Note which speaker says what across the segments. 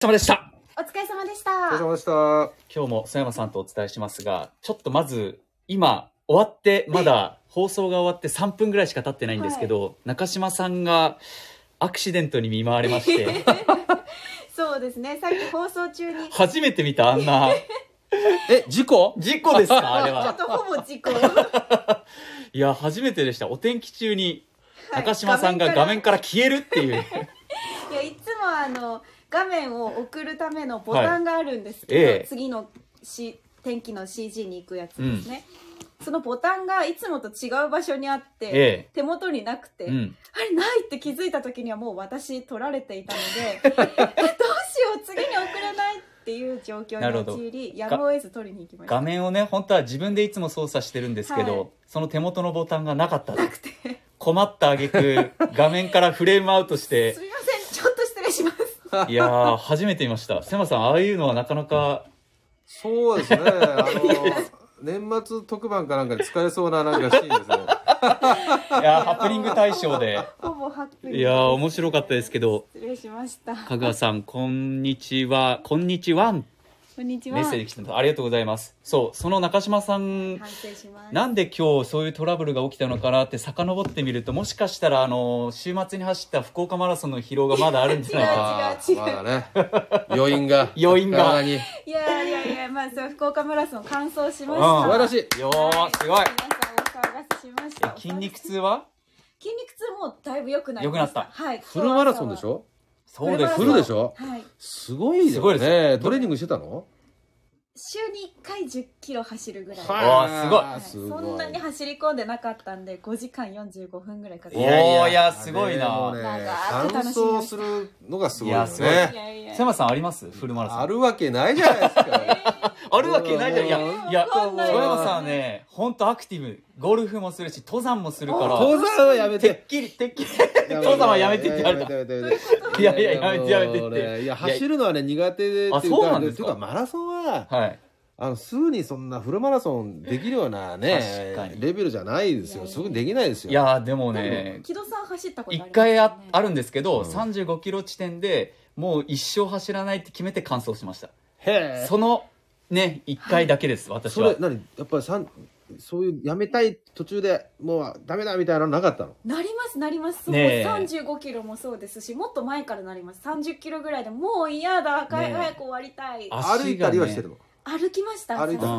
Speaker 1: 様でした。
Speaker 2: お疲れ様でし
Speaker 3: お疲れ
Speaker 2: た。
Speaker 3: 様でした。
Speaker 1: 今日も曽山さんとお伝えしますが、ちょっとまず今終わって、まだ放送が終わって3分ぐらいしか経ってないんですけど、中島さんがアクシデントに見舞われま して、
Speaker 2: そうですね。さっき放送中に。ち
Speaker 1: 初めて見たあんな、
Speaker 3: え、事故
Speaker 1: 事故です かあれ
Speaker 2: ょ
Speaker 1: は
Speaker 2: っ。とほぼ 事故。
Speaker 1: いや、初めてでした。お天気中に
Speaker 2: はい
Speaker 1: 中島さんが画面から消えるって いう。
Speaker 2: いやいつもあの画面を送るためのボタンがあるんですけど、
Speaker 1: はいええ
Speaker 2: 次のし天気の CG に行くやつですね、そのボタンがいつもと違う場所にあって、
Speaker 1: ええ
Speaker 2: 手元になくて、
Speaker 1: うん。
Speaker 2: あれないって気づいた時にはもう私取られていたので えどうしよう次に送れないっていう状況
Speaker 1: なるほ
Speaker 2: に
Speaker 1: ど
Speaker 2: 陥りやむを得ず取りに行きました
Speaker 1: 画面をね、本当は自分でいつも操作してるんですけど、
Speaker 2: はい
Speaker 1: その手元のボタンがなかった。
Speaker 2: なくてすい
Speaker 1: 困った挙句、画面からフレームアウト して、
Speaker 2: ませんちょっと失礼します
Speaker 1: いやー、初めて見ました。セマさん、ああいうのはなかなか、
Speaker 3: そうですね。あ の、年末特番かなんかで使えそうななんかシーンですね。
Speaker 1: いやー、ハプニング大賞で。
Speaker 2: ほぼハッピー
Speaker 1: いやー、面白かったですけど、
Speaker 2: 失礼しました
Speaker 1: かぐわさん、こんにちは、こんにちは、メ
Speaker 2: こんにちは
Speaker 1: ッセージ来てます。ありがとうございます。そう、その中島さん、
Speaker 2: 反省します
Speaker 1: なんで今日そういうトラブルが起きたのかなって遡ってみると、もしかしたら、あの、週末に走った福岡マラソンの疲労がまだあるんじゃな いか。
Speaker 3: あ
Speaker 2: 違う
Speaker 3: ーまだね。余韻が。
Speaker 1: 余韻が
Speaker 3: 体に
Speaker 2: いやいやいやまあそう福岡マラソン完走しまし
Speaker 1: う
Speaker 2: た
Speaker 1: ん
Speaker 3: 素晴らしい。
Speaker 1: よー、すごい。
Speaker 2: 皆さんお騒がせしました
Speaker 1: え筋肉痛は
Speaker 2: 筋肉痛もだいぶ良くなりました
Speaker 1: 良くなっ
Speaker 2: はい
Speaker 3: フルマラソンでしょ
Speaker 1: そうで
Speaker 2: フ
Speaker 1: す。
Speaker 3: フ
Speaker 2: ル
Speaker 3: ル
Speaker 2: マラ
Speaker 3: で
Speaker 2: ソ
Speaker 3: しょ
Speaker 2: はい
Speaker 3: すごい
Speaker 1: す
Speaker 3: す
Speaker 1: ご
Speaker 3: ご
Speaker 1: い
Speaker 3: い
Speaker 1: で
Speaker 3: ですすね。トレーニングしてたの
Speaker 2: 週に1回1 0キロ走るぐらい
Speaker 1: いわ
Speaker 2: は
Speaker 1: あ
Speaker 2: いそんなに走り込んでなかったんで5時間45分ぐらいかか
Speaker 1: い
Speaker 2: る
Speaker 1: やおーいやすごいな
Speaker 3: もうね
Speaker 2: 長
Speaker 3: 完
Speaker 2: く楽しみました
Speaker 3: 走するのがすごい
Speaker 1: いや
Speaker 3: よ
Speaker 1: すごいや
Speaker 3: ね。
Speaker 2: いや
Speaker 1: セマさんありますフルマラソン。
Speaker 3: あるわけないじゃないで すか。
Speaker 1: あるわけないじゃん。いや、いや、
Speaker 2: わかんない
Speaker 1: 小山さんはね、本当アクティブ。ゴルフもするし、登山もするから。
Speaker 3: 登山はやめ
Speaker 1: て
Speaker 3: て
Speaker 1: っ。きり、てっきり。登山はやめてって言われた。
Speaker 3: やめてやめてやめて
Speaker 1: いやいややめてやめてって
Speaker 3: もうねいや走るのはね苦手で
Speaker 1: あ
Speaker 3: ってい
Speaker 1: そうなんです
Speaker 3: て
Speaker 1: か
Speaker 3: いうかマラソンは
Speaker 1: はい。
Speaker 3: あのすぐにそんなフルマラソンできるような
Speaker 1: 確
Speaker 3: ね
Speaker 1: かに
Speaker 3: レベルじゃないです
Speaker 2: いやい
Speaker 3: よ
Speaker 2: や
Speaker 3: すぐにできないですよ
Speaker 1: いやー、でも
Speaker 2: ね
Speaker 1: ね、
Speaker 2: 木戸さん走ったことあり
Speaker 1: 一
Speaker 2: ますよね
Speaker 1: 回ああるんですけど、
Speaker 3: うん
Speaker 1: 35キロ地点でもう一生走らないって決めて完走しました。
Speaker 3: へえ
Speaker 1: その、ね、一回だけです、私
Speaker 3: そ
Speaker 1: は
Speaker 3: れ。何やっぱりさんそういうやめたい途中でもうダメだみたいなのなかったの
Speaker 2: なりますなりますそう、
Speaker 1: ねえ
Speaker 2: 35キロもそうですしもっと前からなります30キロぐらいでもう嫌だか
Speaker 1: ねえ
Speaker 2: 早く終わりたい
Speaker 1: 足がね
Speaker 3: 歩いたりはしてるの
Speaker 2: 歩きましたさすが
Speaker 3: 歩い
Speaker 2: に
Speaker 3: た
Speaker 2: ア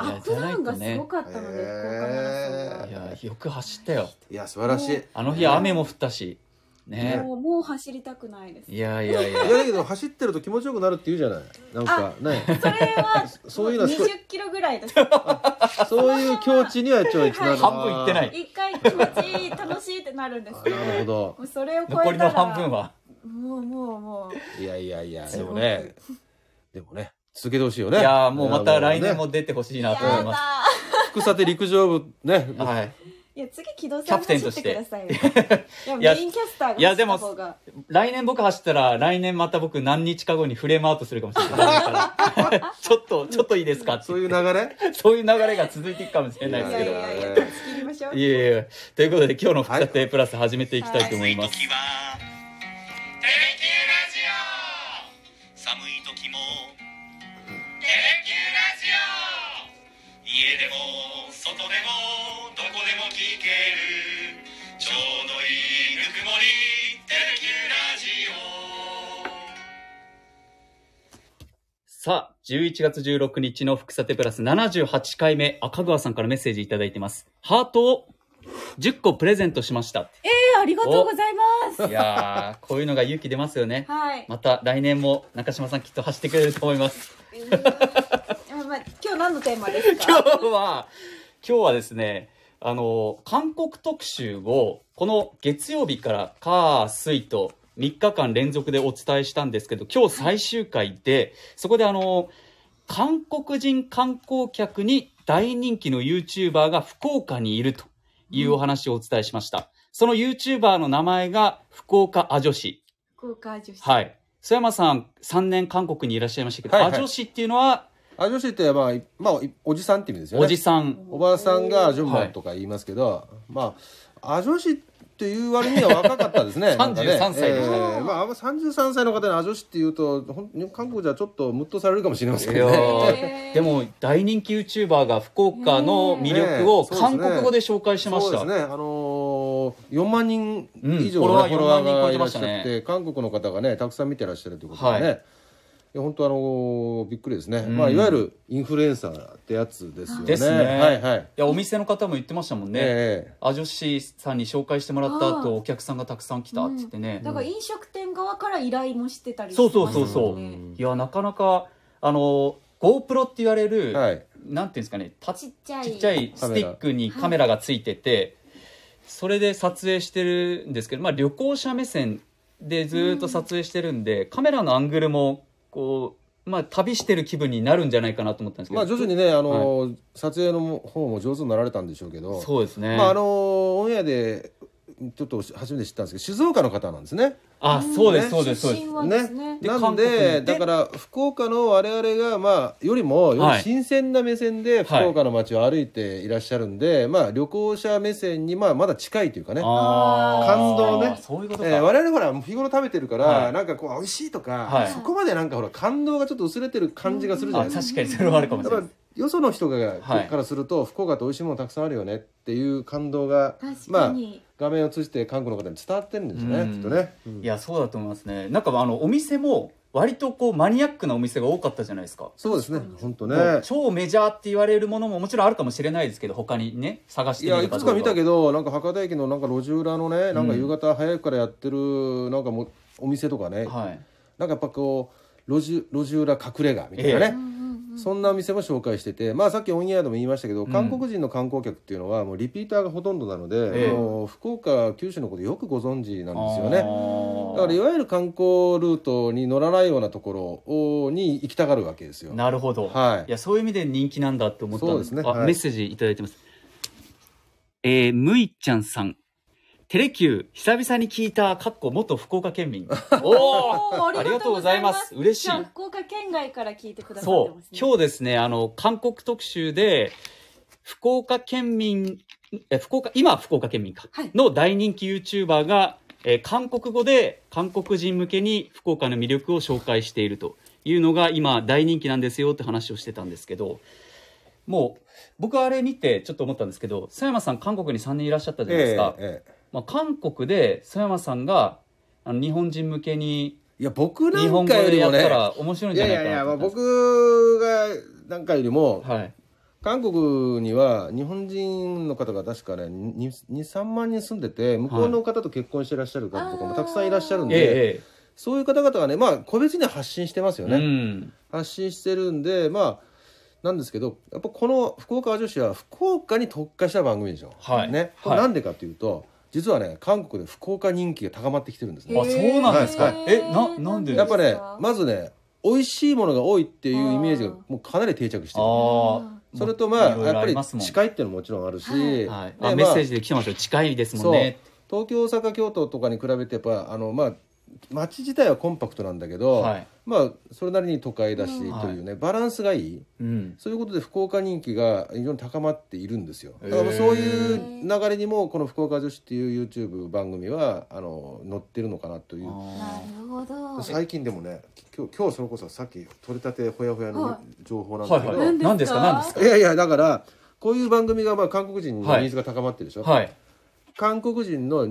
Speaker 3: あ
Speaker 1: ー
Speaker 2: ップダウンがすごかったので、
Speaker 3: いや
Speaker 2: 福岡マラソン
Speaker 1: い
Speaker 2: が
Speaker 3: へ
Speaker 1: やー、よく走ったよ。
Speaker 3: いや素晴らしいい
Speaker 1: あの日雨も降ったし。ね。
Speaker 2: もうもう走りたくないです
Speaker 1: いやいやい
Speaker 3: や
Speaker 1: や。
Speaker 3: だけど走ってると気持ちよくなるって言うじゃないなんかね
Speaker 2: それは
Speaker 3: そういうのはすごい
Speaker 2: 20キロぐらいです一
Speaker 3: そういう境地にはちょいつなが
Speaker 1: 半分行ってない。
Speaker 2: 回気持ちいい楽しいってなるんです
Speaker 3: あ
Speaker 2: けど
Speaker 3: なるほど
Speaker 2: もうそれ を超えたら
Speaker 1: 残りの半分は。
Speaker 2: もうもうもう
Speaker 3: いやいやいや、
Speaker 2: す
Speaker 3: で
Speaker 2: ご
Speaker 3: も
Speaker 2: く
Speaker 3: ね、でもね、続けてほしいよ
Speaker 1: い
Speaker 3: ね。
Speaker 1: やーもうまた来年
Speaker 3: ね
Speaker 1: も出てほしいな
Speaker 2: や
Speaker 1: と思い
Speaker 2: だ
Speaker 1: ます。
Speaker 3: 福さて陸上部ね、
Speaker 1: はい。
Speaker 2: いや次木戸さん
Speaker 1: キャプテン
Speaker 2: 走
Speaker 1: と
Speaker 2: っ
Speaker 1: してて
Speaker 2: くださいよ
Speaker 1: い
Speaker 2: い
Speaker 1: や
Speaker 2: やメインキャスター
Speaker 1: い
Speaker 2: が
Speaker 1: や
Speaker 2: 走
Speaker 1: で
Speaker 2: っ
Speaker 1: も
Speaker 2: た方が
Speaker 1: 来年僕走ったら、来年また僕何日か後にフレームアウトするかもしれないから。 ちょっと、ちょっといいですかって
Speaker 3: そういう流れ
Speaker 1: そういう流れが続いていくかもしれ
Speaker 2: い
Speaker 1: な
Speaker 2: や
Speaker 1: い
Speaker 2: いや
Speaker 1: ですけ
Speaker 2: い
Speaker 1: ど。
Speaker 2: やいや断ち切りましょう
Speaker 1: いえいえ。ということで今日の福田亭プラス始めていきたいと思います。
Speaker 4: 時は「テレキューラジオ」寒い時も「テレキューラジオ」家でも外でもどこでも聞けるちょうどいいぬくもり「テレキューラジオ」
Speaker 1: さあ、11月16日の福さてプラス78回目、赤川さんからメッセージいただいてます。ハートを10個プレゼントしました。
Speaker 2: えーありがとうございます
Speaker 1: いや ー、こういうのが勇気出ますよね。
Speaker 2: はい
Speaker 1: また来年も中島さんきっと走ってくれると思います。
Speaker 2: うんまあまあ今日何のテーマですか
Speaker 1: 今日は、今日はですね、あの、韓国特集を、この月曜日から火、水と3日間連続でお伝えしたんですけど、今日最終回で、そこであの、韓国人観光客に大人気の YouTuber が福岡にいるというお話をお伝えしました。その YouTuber の名前が福岡ア女子。
Speaker 2: 福岡女子
Speaker 1: はい。曽山さん、3年韓国にいらっしゃいましたけど、
Speaker 3: はいはい
Speaker 1: ア女子っていうのは、
Speaker 3: あ女子って、まあ、いまあ、いおじさんって意味ですよね。
Speaker 1: おじさん。
Speaker 3: おばあさんがジョンマンとか言いますけど、まアジョシっていう割には若かったです ね。なんかね
Speaker 1: 33歳でしたね
Speaker 3: ええまああんま33歳の方にアジョシっていうと、ほん韓国じゃちょっとムッとされるかもしれません
Speaker 1: い
Speaker 3: け
Speaker 1: や
Speaker 3: どね。
Speaker 1: ーでも大人気 YouTuber が福岡の魅力を
Speaker 3: ねえそうです
Speaker 1: 韓
Speaker 3: ね
Speaker 1: 国語で紹介してまし
Speaker 3: そう
Speaker 1: た、
Speaker 3: ですね。あのー、4万人以上
Speaker 1: うんフォロ
Speaker 3: の
Speaker 1: ワー
Speaker 3: フォロワー
Speaker 1: 4万人超え
Speaker 3: が
Speaker 1: てま
Speaker 3: いらっ
Speaker 1: し
Speaker 3: したゃ
Speaker 1: ね
Speaker 3: って、韓国の方がね、たくさん見てらっしゃるということでね。
Speaker 1: はい
Speaker 3: いや本当あのーびっくりですね、
Speaker 1: ん
Speaker 3: まあいわゆるインフルエンサーってやつですよね。
Speaker 1: ですね、
Speaker 3: はいはい。
Speaker 1: やお店の方も言ってましたもんね、
Speaker 3: ええ
Speaker 1: アジョシさんに紹介してもらった
Speaker 2: あー
Speaker 1: 後お客さんがたくさん来たって言ってね、
Speaker 2: だから飲食店側から依頼もしてたり
Speaker 1: そうそうそう
Speaker 2: します
Speaker 1: そ
Speaker 2: も
Speaker 1: う、
Speaker 2: んね
Speaker 1: いやなかなかあの GoPro って言われる、
Speaker 3: はい
Speaker 1: なんていうんですかねた
Speaker 2: ち
Speaker 1: ち
Speaker 2: っちゃい
Speaker 1: っちゃいスティックにカメラがついててそれで撮影してるんですけど、まあ、旅行者目線でずーっと撮影してるんで、カメラのアングルもこう、まあ、旅してる気分になるんじゃないかなと思ったんですけど、
Speaker 3: まあ徐々にね、あのー撮影の方も上手になられたんでしょうけど、
Speaker 1: そうですね、
Speaker 3: まああのーオンエアでちょっと初めて知ったんですけど静岡の方なんですね。
Speaker 1: あそうですそうですそうです
Speaker 2: 出身はですね
Speaker 1: で
Speaker 3: なん
Speaker 1: 韓
Speaker 3: で
Speaker 1: 国で
Speaker 3: だから福岡の我々がまあよりもよ
Speaker 1: はい
Speaker 3: り新鮮な目線で福
Speaker 1: はい
Speaker 3: 岡の街を歩いていらっしゃるんで、まあ旅行者目線にまあまだ近いというかね。
Speaker 1: あー
Speaker 3: 感動ね
Speaker 1: そういうことか、
Speaker 3: えー我々ほら日頃食べてるから、
Speaker 1: はい
Speaker 3: なんかこう美味しいとか、
Speaker 1: はい
Speaker 3: そこまでなんかほら感動がちょっと薄れてる感じがするじゃな
Speaker 1: あ
Speaker 3: いですか。
Speaker 1: 確かにそれはあるかもし
Speaker 3: だ
Speaker 1: れ
Speaker 3: か
Speaker 1: な
Speaker 3: ら
Speaker 1: い
Speaker 3: よその人が、
Speaker 1: はい
Speaker 3: からすると福岡って美味しいものたくさんあるよねっていう感動が
Speaker 2: 確
Speaker 3: ま
Speaker 2: か
Speaker 3: あ、
Speaker 2: に、
Speaker 3: 画面を通じて韓国の方に伝わってるんですね、
Speaker 1: うん
Speaker 3: きっとね。うん
Speaker 1: いやそうだと思いますねなんかあのお店も割とこうマニアックなお店が多かったじゃないですか
Speaker 3: そうですね、本当ね。
Speaker 1: もう超メジャーって言われるものももちろんあるかもしれないですけど他にね探し
Speaker 3: い
Speaker 1: てみ
Speaker 3: や
Speaker 1: れ
Speaker 3: い
Speaker 1: ば
Speaker 3: くつ
Speaker 1: どう
Speaker 3: か見たけどなんか博多駅のなんか路地裏のねなんか夕方早くからやってるなんかもうお店とかね、
Speaker 1: はい
Speaker 3: なんかやっぱこう路地路地裏隠れ家みたいな
Speaker 1: え
Speaker 2: う、ん
Speaker 3: ね
Speaker 2: うんうん、
Speaker 3: そんなお店も紹介してて、まあ、さっきオンエアでも言いましたけど、
Speaker 1: うん
Speaker 3: 韓国人の観光客っていうのはもうリピーターがほとんどなの
Speaker 1: え
Speaker 3: で、
Speaker 1: え
Speaker 3: もう福岡九州のことよくご存知なんですよね。
Speaker 1: あー
Speaker 3: だからいわゆる観光ルートに乗らないようなところに行きたがるわけですよ。
Speaker 1: なるほど、
Speaker 3: はい
Speaker 1: いやそういう意味で人気なんだって思ったんです
Speaker 3: そうですね
Speaker 1: あ、
Speaker 3: はい
Speaker 1: メッセージいただいてますえー、むいちゃんさんテレキュー久々に聞いたかっこ元福岡県 民お
Speaker 2: お
Speaker 1: お
Speaker 2: ー
Speaker 1: ありがとうございます嬉しい
Speaker 2: じゃあ福岡県外から聞いてくださって
Speaker 1: そ
Speaker 2: ま
Speaker 1: う
Speaker 2: す、ね。
Speaker 1: 今日ですね、あの、韓国特集で、福岡県民、え福岡、今は福岡県民か、
Speaker 2: はい
Speaker 1: の大人気 YouTuber が、えー韓国語で韓国人向けに福岡の魅力を紹介しているというのが今大人気なんですよって話をしてたんですけど、もう、僕あれ見てちょっと思ったんですけど、佐山さん韓国に3年いらっしゃったじゃないですか。
Speaker 3: えええ
Speaker 1: まあ、韓国で佐山さんが、あの日本人向けに
Speaker 3: えいや僕な
Speaker 1: 日本
Speaker 3: ん
Speaker 1: 語
Speaker 3: かよ
Speaker 1: で
Speaker 3: り
Speaker 1: や
Speaker 3: も
Speaker 1: っ
Speaker 3: ね
Speaker 1: たら面白いん
Speaker 3: い
Speaker 1: じゃ
Speaker 3: やい
Speaker 1: ないか
Speaker 3: やい
Speaker 1: な
Speaker 3: や、
Speaker 1: と思
Speaker 3: まあ、
Speaker 1: ったんです
Speaker 3: 僕がなんかよりも、
Speaker 1: はい。
Speaker 3: 韓国には日本人の方が確かね23万人住んでて向こうの方と結婚してらっしゃる方とかもたくさんいらっしゃるん
Speaker 1: ええ
Speaker 3: で、
Speaker 1: ええ。
Speaker 3: そういう方々がねまあ個別に発信してますよね、
Speaker 1: うん、
Speaker 3: 発信してるんでまあなんですけどやっぱこの「福岡女子」は福岡に特化した番組でしょ、
Speaker 1: はい
Speaker 3: ね、これなんでかというと、実はね韓国で福岡人気が高まってきてるんですね。
Speaker 1: あそうなんですか
Speaker 2: へー
Speaker 1: えななんで
Speaker 3: やっぱね
Speaker 2: なんで
Speaker 3: まずね美味しいものが多いっていうイメージが
Speaker 2: あー
Speaker 3: もうかなり定着してる。
Speaker 1: ああ
Speaker 3: それとまあ
Speaker 1: いろい
Speaker 3: や
Speaker 1: ろあ
Speaker 3: っぱ
Speaker 1: り
Speaker 3: り
Speaker 1: ますもん
Speaker 3: 近いっていうのももちろんあるし、
Speaker 2: はい
Speaker 1: はい、
Speaker 3: で
Speaker 1: あメッセー
Speaker 3: まあ
Speaker 1: ジで来てますよ近いですもんね
Speaker 3: 東京大阪京都とかに比べてやっぱあのまあ街自体はコンパクトなんだけど、
Speaker 1: はい
Speaker 3: まあそれなりに都会だし
Speaker 2: うん
Speaker 3: というね、バランスがいい
Speaker 1: うん
Speaker 3: そういうことで福岡人気が非常に高まっているんですよ
Speaker 1: へー
Speaker 3: だからそういう流れにもこの「福岡女子」っていう YouTube 番組はあの載ってるのかなという
Speaker 1: あ
Speaker 2: なるほど。
Speaker 3: 最近でもね今日今日それこそさっき取れたてほやほや
Speaker 2: は
Speaker 3: の情報なん
Speaker 1: ー
Speaker 3: だ
Speaker 1: はい
Speaker 3: けど、
Speaker 1: はい何
Speaker 2: 何
Speaker 1: で
Speaker 2: ですす
Speaker 1: か
Speaker 2: か
Speaker 1: 何ですか
Speaker 3: い、やいやだからこういう番組がまあ韓国人のニーズが高まってるでしょ、
Speaker 1: はい
Speaker 3: 韓国人の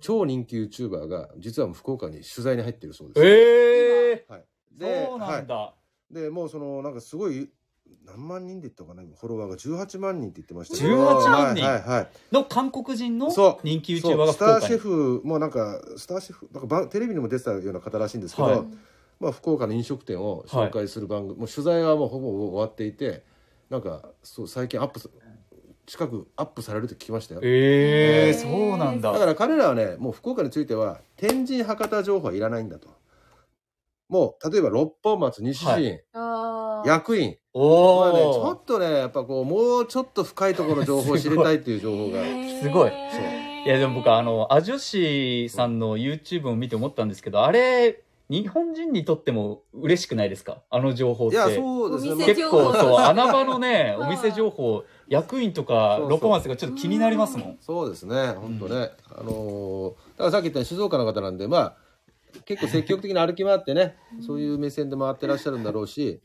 Speaker 3: 超人気 YouTuber が実はもう福岡に取材に入ってるそうです。
Speaker 1: ええ
Speaker 3: はい、で
Speaker 1: そうなんだ、
Speaker 3: はいでもうそのなんかすごい何万人で言ったかな今フォロワーが18万人って言ってましたけど
Speaker 1: 18万人
Speaker 3: はいはいはい
Speaker 1: の韓国人の
Speaker 3: そう
Speaker 1: 人気
Speaker 3: そう
Speaker 1: YouTuber が
Speaker 3: スタ
Speaker 1: 福岡
Speaker 3: ーシェ
Speaker 1: に
Speaker 3: フもなんかスターシェフなんかばテレビにも出てたような方らしいんですけど、
Speaker 1: はい
Speaker 3: まあ、福岡の飲食店を紹介する番組、もう取材はもうほぼ終わっていてなんかそう最近アップさ近くアップされると聞きましたよ
Speaker 1: ええそうなんだ
Speaker 3: だから彼らはね、もう福岡については、天神博多情報はいらないんだと。もう、例えば六本松、西陣、
Speaker 2: あ
Speaker 1: は
Speaker 2: ー
Speaker 3: 役員。
Speaker 1: お
Speaker 3: これはね、ち
Speaker 1: お、
Speaker 3: ょっとね、やっぱこう、もうちょっと深いところの情報を知りたいっていう情報が。
Speaker 1: すごい
Speaker 2: へ
Speaker 3: そう
Speaker 2: ー
Speaker 1: いやでも僕あのアジョシさんの YouTube を見て思ったんですけどあれ日本人にとっても嬉しくないですかあの情報っ
Speaker 3: い
Speaker 1: て
Speaker 3: や、そうですね。
Speaker 2: お店
Speaker 3: ま
Speaker 1: 結構そう穴場のね
Speaker 2: はい
Speaker 1: お店情報役員とか
Speaker 3: そうそう
Speaker 1: ロコマンスがちょっと気になりますもん。
Speaker 3: そうですね本当ね、あのーだからさっき言ったように静岡の方なんでまあ結構積極的に歩き回っ てねそういう目線で回ってらっしゃるんだろうし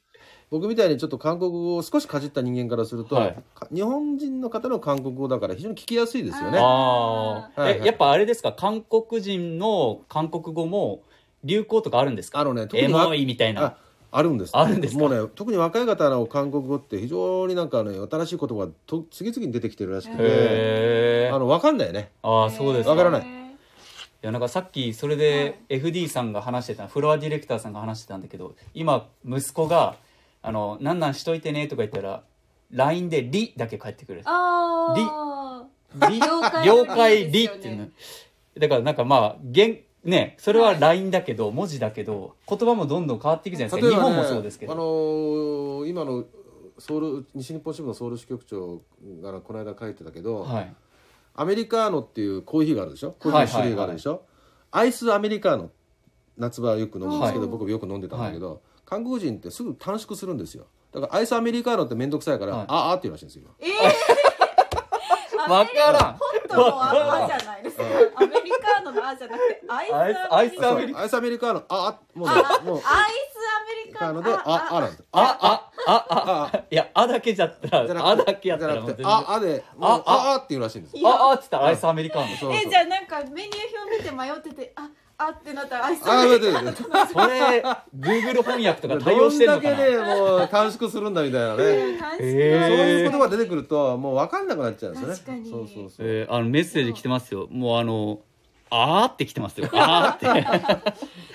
Speaker 3: 僕みたいにちょっと韓国語を少しかじった人間からすると、
Speaker 1: はい
Speaker 3: か日本人の方の韓国語だから非常に聞きやすいですよね。
Speaker 1: ああ、
Speaker 3: はい
Speaker 1: え
Speaker 3: はい
Speaker 1: やっぱあれですか韓国人の韓国語も流行とかあるんですか
Speaker 3: あのね特
Speaker 1: エ
Speaker 3: にわ
Speaker 1: モいみたい
Speaker 3: あ
Speaker 1: な
Speaker 3: あるんです
Speaker 1: あるんですか
Speaker 3: もうね特に若い方の韓国語って非常になんかね新しい言葉がと次々に出てきてるらしくて
Speaker 1: へえ
Speaker 3: あの分かんないね
Speaker 1: ああそうです
Speaker 3: わからな
Speaker 2: い
Speaker 3: い
Speaker 1: いやなんかさっきそれで FD さんが話してたフロアディレクターさんが話してたんだけど今息子が「あのなんなんしといてね」とか言ったら LINE で「リ」だけ返ってくる
Speaker 2: あ
Speaker 1: 「リ」「了
Speaker 2: 了
Speaker 1: 解
Speaker 2: 解
Speaker 1: リ」
Speaker 2: リ
Speaker 1: っていうのだからなんかまあ現ねそれは LINE だけど文字だけど言葉もどんどん変わっていくじゃないですか、
Speaker 3: ね
Speaker 1: 日本もそうですけど
Speaker 3: あのー今のソウル西日本支部のソウル支局長がこの間書いてたけど、
Speaker 1: はい
Speaker 3: アメリカーノっていうコーヒーがあるでしょコーヒーの種類があるでしょ、アイスアメリカーノ夏場はよく飲むんですけど、
Speaker 2: はい
Speaker 3: 僕もよく飲んでたんだけど、韓国人ってすぐ短縮するんですよだからアイスアメリカーノって面倒くさいから、
Speaker 1: はい
Speaker 3: あーあーって言うらしいんですよ
Speaker 2: ーええー
Speaker 1: わからん
Speaker 2: 本当のあじゃないですか。アメリカーノのあじゃなくて、アイス
Speaker 1: アイス
Speaker 2: アメリカ
Speaker 1: ア
Speaker 3: そ
Speaker 1: メ
Speaker 3: う
Speaker 1: リカ
Speaker 3: アイスアメリカーノあーあもうね
Speaker 2: あ
Speaker 3: もう
Speaker 2: アイスアメリカ
Speaker 3: カー
Speaker 2: ーノ
Speaker 3: ノでああーなんだあ
Speaker 1: ああああ
Speaker 3: あー
Speaker 1: いや「あ」だけじゃった
Speaker 3: じゃ
Speaker 1: ら「
Speaker 3: な
Speaker 1: あ」だ
Speaker 3: くて
Speaker 1: けやったらもう全
Speaker 3: じ
Speaker 1: 然
Speaker 3: ゃなくてああでもう
Speaker 1: あ
Speaker 3: あ
Speaker 1: あ
Speaker 3: あーって言うらしいんですよ
Speaker 2: いや
Speaker 1: ああ」っつったらアイスアメリカンの
Speaker 3: そうそう
Speaker 2: えじゃあなんかメニュー表見て迷っててああってなったらアイス
Speaker 3: あ
Speaker 2: ア
Speaker 3: ー
Speaker 2: メ
Speaker 3: 待
Speaker 2: リ
Speaker 3: って待って
Speaker 1: それ Google 翻訳とか対
Speaker 3: ど
Speaker 1: 応してん
Speaker 3: ん
Speaker 1: の
Speaker 3: だ
Speaker 1: か
Speaker 3: け
Speaker 1: な
Speaker 3: でもう短縮するんだみたいなね
Speaker 2: カーノ
Speaker 1: へー
Speaker 3: そういう
Speaker 1: こ
Speaker 3: 言葉出てくるともう分かんなくなっちゃうんですよね
Speaker 2: 確かに
Speaker 3: そうそうそう、
Speaker 1: えーあのメッセージ来てますよもうあの「あ」って来てますよ「あ」って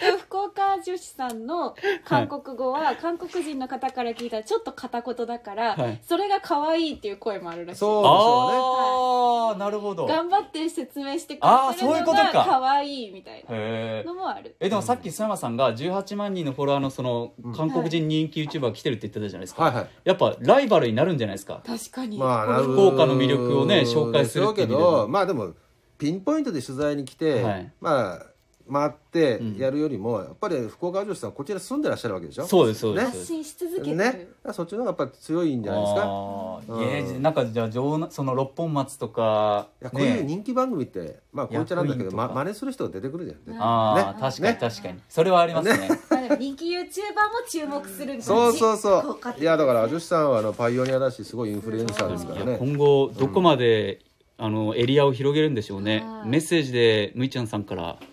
Speaker 5: で福岡女子さんの韓国語は韓国人の方から聞いたらちょっと片言だから、
Speaker 1: はい
Speaker 5: それが可愛いっていう声もあるらしい
Speaker 3: そうでしょ
Speaker 1: あ
Speaker 3: うね
Speaker 1: あなるほどへ
Speaker 5: 頑張って説明してくれ
Speaker 1: あー
Speaker 5: てる
Speaker 1: そういう
Speaker 5: の
Speaker 1: こと
Speaker 5: が
Speaker 1: か
Speaker 5: 可愛いみたい
Speaker 1: え
Speaker 5: なのもある
Speaker 1: えでもさっき須山さんが18万人のフォロワーのその韓国人人気 YouTuber が来てるって言ってたじゃないですか、
Speaker 3: はいはい
Speaker 1: やっぱライバルになるんじゃないですか
Speaker 5: 確かに、
Speaker 3: まあ、なる
Speaker 1: 福岡の魅力をね紹介する
Speaker 3: でしょ
Speaker 1: っ
Speaker 3: う
Speaker 1: ていう
Speaker 3: け
Speaker 1: 意味では
Speaker 3: どまあでもピンポイントで取材に来て、
Speaker 1: はい
Speaker 3: まあ回って
Speaker 1: うん
Speaker 3: やるよりも、やっぱり福岡女子さんこちら住んでらっしゃるわけでしょ
Speaker 1: そうですそうです、そ
Speaker 3: ね
Speaker 1: うで
Speaker 5: 発
Speaker 1: す
Speaker 5: 信し続けてる、
Speaker 3: ねだからそっちの方がやっぱ強いんじゃないですか
Speaker 1: あー
Speaker 3: うん
Speaker 1: えーじなんかじゃあ城南その六本松とか
Speaker 3: いやこういう
Speaker 1: ね
Speaker 3: 人気番組って、まあこういっちゃなんだけ
Speaker 1: 役員
Speaker 3: ど、
Speaker 1: とか
Speaker 3: ま、真似する人が出てくるじゃん絶対
Speaker 1: ああ
Speaker 3: ね
Speaker 1: 確かに
Speaker 3: ね
Speaker 1: 確かにそれはありますね
Speaker 2: まあでも人気ユーチューバーも注目する感じ
Speaker 3: そうそうそ
Speaker 2: こ買っ
Speaker 3: う
Speaker 2: て
Speaker 3: いやだから女子さんはあのパイオニアだしすごいインフルエンサーですから
Speaker 1: いや
Speaker 3: ね
Speaker 1: 今後どこまで、あのエリアを広げるんでしょうね
Speaker 2: はい
Speaker 1: メッセージでむいちゃんさんから「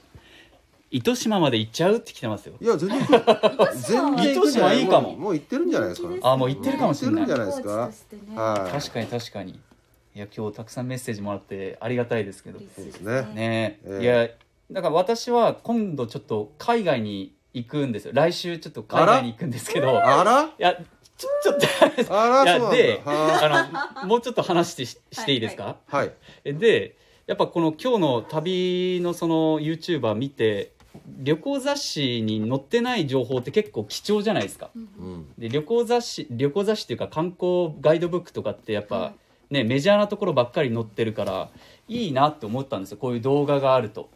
Speaker 1: 糸島まで行っちゃう?」って来てますよ
Speaker 3: いや全然 行く全然行くんじゃ
Speaker 1: 糸島
Speaker 3: な
Speaker 1: いいかも
Speaker 3: うもう行ってるんじゃないですか
Speaker 2: 人気です
Speaker 1: あーもう行ってるかもしれない
Speaker 3: 行ってるんじゃないですか
Speaker 2: コーチとしてね
Speaker 3: はい
Speaker 1: 確かに確かにいや今日たくさんメッセージもらってありがたいですけど
Speaker 2: 嬉しいです
Speaker 3: そうです
Speaker 1: ね
Speaker 3: ええ
Speaker 1: いやだから私は今度ちょっと海外に行くんですよ来週ちょっと海外に行くんですけどい
Speaker 3: あら
Speaker 1: やちょちょっと
Speaker 3: あ
Speaker 1: い
Speaker 3: ら
Speaker 1: や
Speaker 3: そうなん
Speaker 1: で
Speaker 3: だは
Speaker 1: あのもうちょっと話してししていいですか、
Speaker 3: あはい
Speaker 1: でやっぱこの今日の旅のその YouTuber 見て旅行雑誌に載ってない情報って結構貴重じゃないですか。
Speaker 3: うん
Speaker 1: で旅行雑誌旅行雑誌っていうか観光ガイドブックとかってやっぱ、ね、メジャーなところばっかり載ってるからいいなって思ったんですよこういう動画があると。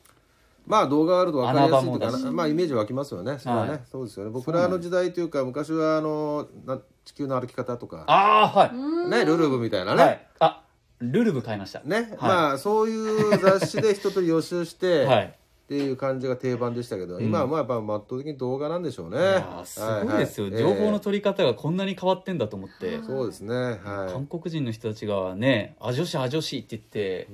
Speaker 3: まあ動画があると分かりやすいと
Speaker 1: 穴場も
Speaker 3: か
Speaker 1: だし
Speaker 3: なまあイメージ湧きますよねそれはね、
Speaker 1: はい
Speaker 3: そうですよね僕らの時代というか昔はあのな地球の歩き方とか
Speaker 1: ああは、
Speaker 3: ねルルブみたいないね、
Speaker 1: はい、あルルブ買いました。
Speaker 3: ね、
Speaker 1: はい
Speaker 3: まあそういう雑誌で一通り予習して、
Speaker 1: はい
Speaker 3: っていう感じが定番でしたけど、今はもうやっぱ圧倒的に動画なんでしょうね
Speaker 1: いやーすごいですよ、
Speaker 3: はは
Speaker 1: 情報の
Speaker 3: え
Speaker 1: 取り方がこんなに変わってんだと思って。
Speaker 3: えそうですねは
Speaker 1: 韓国人の人たちがね「あ女子あ女子」って言って、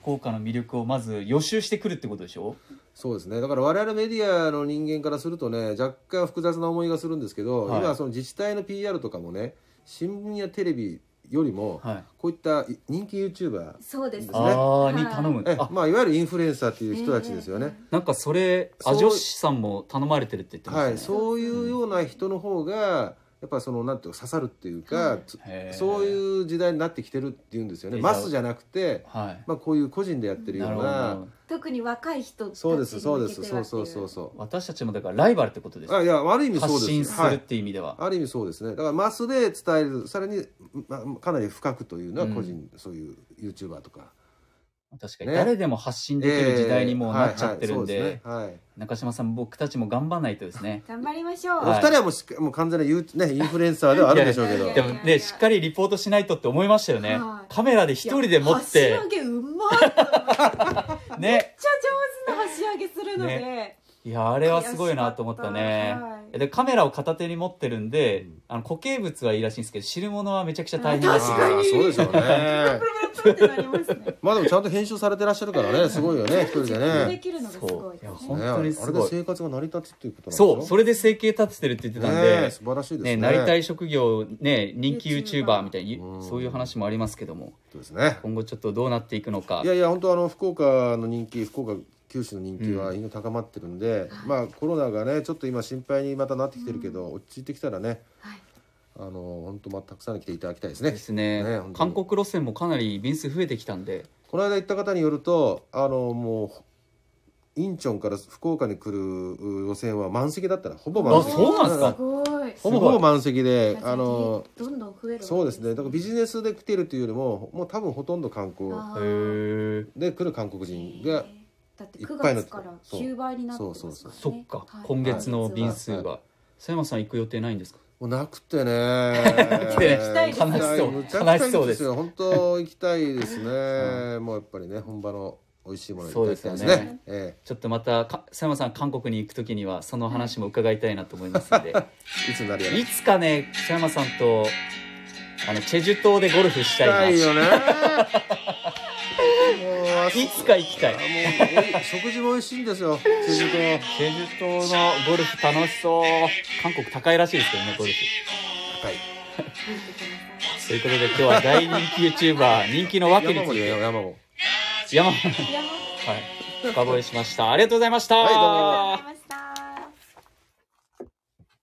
Speaker 1: 福岡の魅力をまず予習してくるってことでしょ
Speaker 3: いそうですねだから我々メディアの人間からするとね若干複雑な思いがするんですけど、
Speaker 1: はい
Speaker 3: 今その自治体の PR とかもね新聞やテレビよりも、
Speaker 1: はい
Speaker 3: こういった人気 YouTuber
Speaker 2: そうですね
Speaker 1: あーに頼む、
Speaker 3: え
Speaker 1: あ
Speaker 3: まあ、いわゆるインフルエンサーっていう人たちですよね。
Speaker 1: なんかそれあ
Speaker 3: そう
Speaker 1: 女子さんも頼まれてるって言ってました
Speaker 3: は
Speaker 1: ね、
Speaker 3: い、そういうような人の方が、やっぱそのなんていうか刺さるっていうか、つ
Speaker 1: へー
Speaker 3: そういう時代になってきてるっていうんですよね。
Speaker 1: え
Speaker 3: マスじゃなくて、
Speaker 1: はい
Speaker 3: まあ、こういう個人でやってるよ
Speaker 1: なる
Speaker 3: う
Speaker 1: ほどなる
Speaker 3: な
Speaker 1: ほ。
Speaker 2: 特に若い人たち
Speaker 3: そうです、そうで
Speaker 2: に
Speaker 3: す、
Speaker 2: 向けて
Speaker 3: そ
Speaker 2: はっ
Speaker 3: う
Speaker 2: てい
Speaker 3: そうそうそ
Speaker 1: ど私たちもだからライバルってことです
Speaker 3: う。あ、いや、悪い意味そう
Speaker 1: 発
Speaker 3: で
Speaker 1: 信
Speaker 3: す。
Speaker 1: す
Speaker 3: は
Speaker 1: るっ
Speaker 3: い。
Speaker 1: ていう意味では、
Speaker 3: ある意味そうですね。だからマスで伝える、さらに、まあ、かなり深くというのは個人、そういうユーチューバーとか。
Speaker 1: 確かに
Speaker 3: ね
Speaker 1: 誰でも発信できる時代にもうなっちゃってるんで、
Speaker 3: ええはいはいそうですねはい
Speaker 1: 中島さん僕たちも頑張らないとですね
Speaker 5: 頑張りましょう。
Speaker 1: はい
Speaker 3: お二人はもうしっかもう完全なユー、 ね、インフルエンサーではあるんでしょうけど
Speaker 2: いやい
Speaker 1: で
Speaker 2: や
Speaker 1: もねしっかりリポートしないとって思いましたよね
Speaker 2: は
Speaker 1: カメラで一人で持っ
Speaker 2: い
Speaker 1: て
Speaker 2: や箸上げうまいめっちゃ上
Speaker 1: ね
Speaker 2: 手な箸上げするので、
Speaker 1: いやあれはすごいなと思った
Speaker 2: 悔
Speaker 1: ね
Speaker 2: しかったはい
Speaker 1: でカメラを片手に持ってるんで、あの固形物はいいらしいんですけど汁物はめちゃくちゃ大変
Speaker 2: あ
Speaker 1: で
Speaker 2: 確
Speaker 1: す
Speaker 2: かに
Speaker 3: あーそうでしょうね
Speaker 2: プルプルプルってなりますね
Speaker 3: まあでもちゃんと編集されてらっしゃるからねすごいよね一人で
Speaker 2: で
Speaker 3: ね
Speaker 2: きるのがすごい
Speaker 1: そういや
Speaker 2: です
Speaker 1: ほ
Speaker 2: ね
Speaker 1: ん本当にすごい
Speaker 3: ねあれで生活が成り立つっていうことなんでしょ
Speaker 1: そうそれで生計立ててるって言ってたんで、
Speaker 3: ねえ素晴らしいです
Speaker 1: ね
Speaker 3: ね
Speaker 1: なりたい職業、ね、人気 YouTuber
Speaker 2: YouTuber
Speaker 1: みたいに
Speaker 3: うん
Speaker 1: そういう話もありますけども
Speaker 3: そうですね
Speaker 1: 今後ちょっとどうなっていくのか
Speaker 3: いやいや本当あの福岡の人気福岡九州の人気は今高まってるんで、まあコロナがねちょっと今心配にまたなってきてるけど、落ち着いてきたらね、あの本当まあたくさん来ていただきたいですね
Speaker 1: ですね
Speaker 3: ね本当
Speaker 1: 韓
Speaker 3: に
Speaker 1: 国路線もかなり便数増えてきたんで
Speaker 3: この間行った方によるとあのもうインチョンから福岡に来る路線は満席だったらほぼ満席
Speaker 1: あそうなんですか
Speaker 2: すごい
Speaker 3: ほぼほぼ満席であの
Speaker 2: どんどん増えるわけ
Speaker 3: そうですねだからビジネスで来てるというよりももう多分ほとんど観光
Speaker 2: あ
Speaker 1: へ
Speaker 2: ー
Speaker 1: え
Speaker 3: で来る韓国人が
Speaker 2: だって
Speaker 3: いっ
Speaker 2: 9
Speaker 3: ぱいになっ
Speaker 2: 月
Speaker 3: て
Speaker 2: から9倍になってますからね
Speaker 3: そうそう
Speaker 1: そっか、
Speaker 2: はい
Speaker 1: 今月の便数
Speaker 3: はい
Speaker 1: が佐山さん行く予定ないんですか
Speaker 3: もうなくて ね
Speaker 1: くてね
Speaker 2: 悲しそう
Speaker 3: むちゃくちゃ
Speaker 1: 悲しそうです
Speaker 3: よ本当行きたいですねもうやっぱりね本場の美味しいものに行きたいです
Speaker 1: そうですよ
Speaker 3: ねえ
Speaker 1: ちょっとまたか佐山さん韓国に行く時にはその話も伺いたいなと思います ので
Speaker 3: えいつになるやら
Speaker 1: いつかね佐山さんとあのチェジュ島でゴルフしたいな
Speaker 3: 行きよねもうあそ
Speaker 1: いつか行きたい
Speaker 3: あもうおい食事も美味しい んですよチェジュ島
Speaker 1: チェジュ島のゴルフ楽しそう韓国高いらしいですけどねゴルフ
Speaker 3: 高い
Speaker 1: ということで今日は大人気 YouTuber 人気のわけに
Speaker 3: 山
Speaker 1: つい
Speaker 3: 盛り
Speaker 1: て
Speaker 3: よ山盛り
Speaker 1: 山はい深掘りしましたありがとうございました、
Speaker 3: はいどうも
Speaker 2: ありがとうございました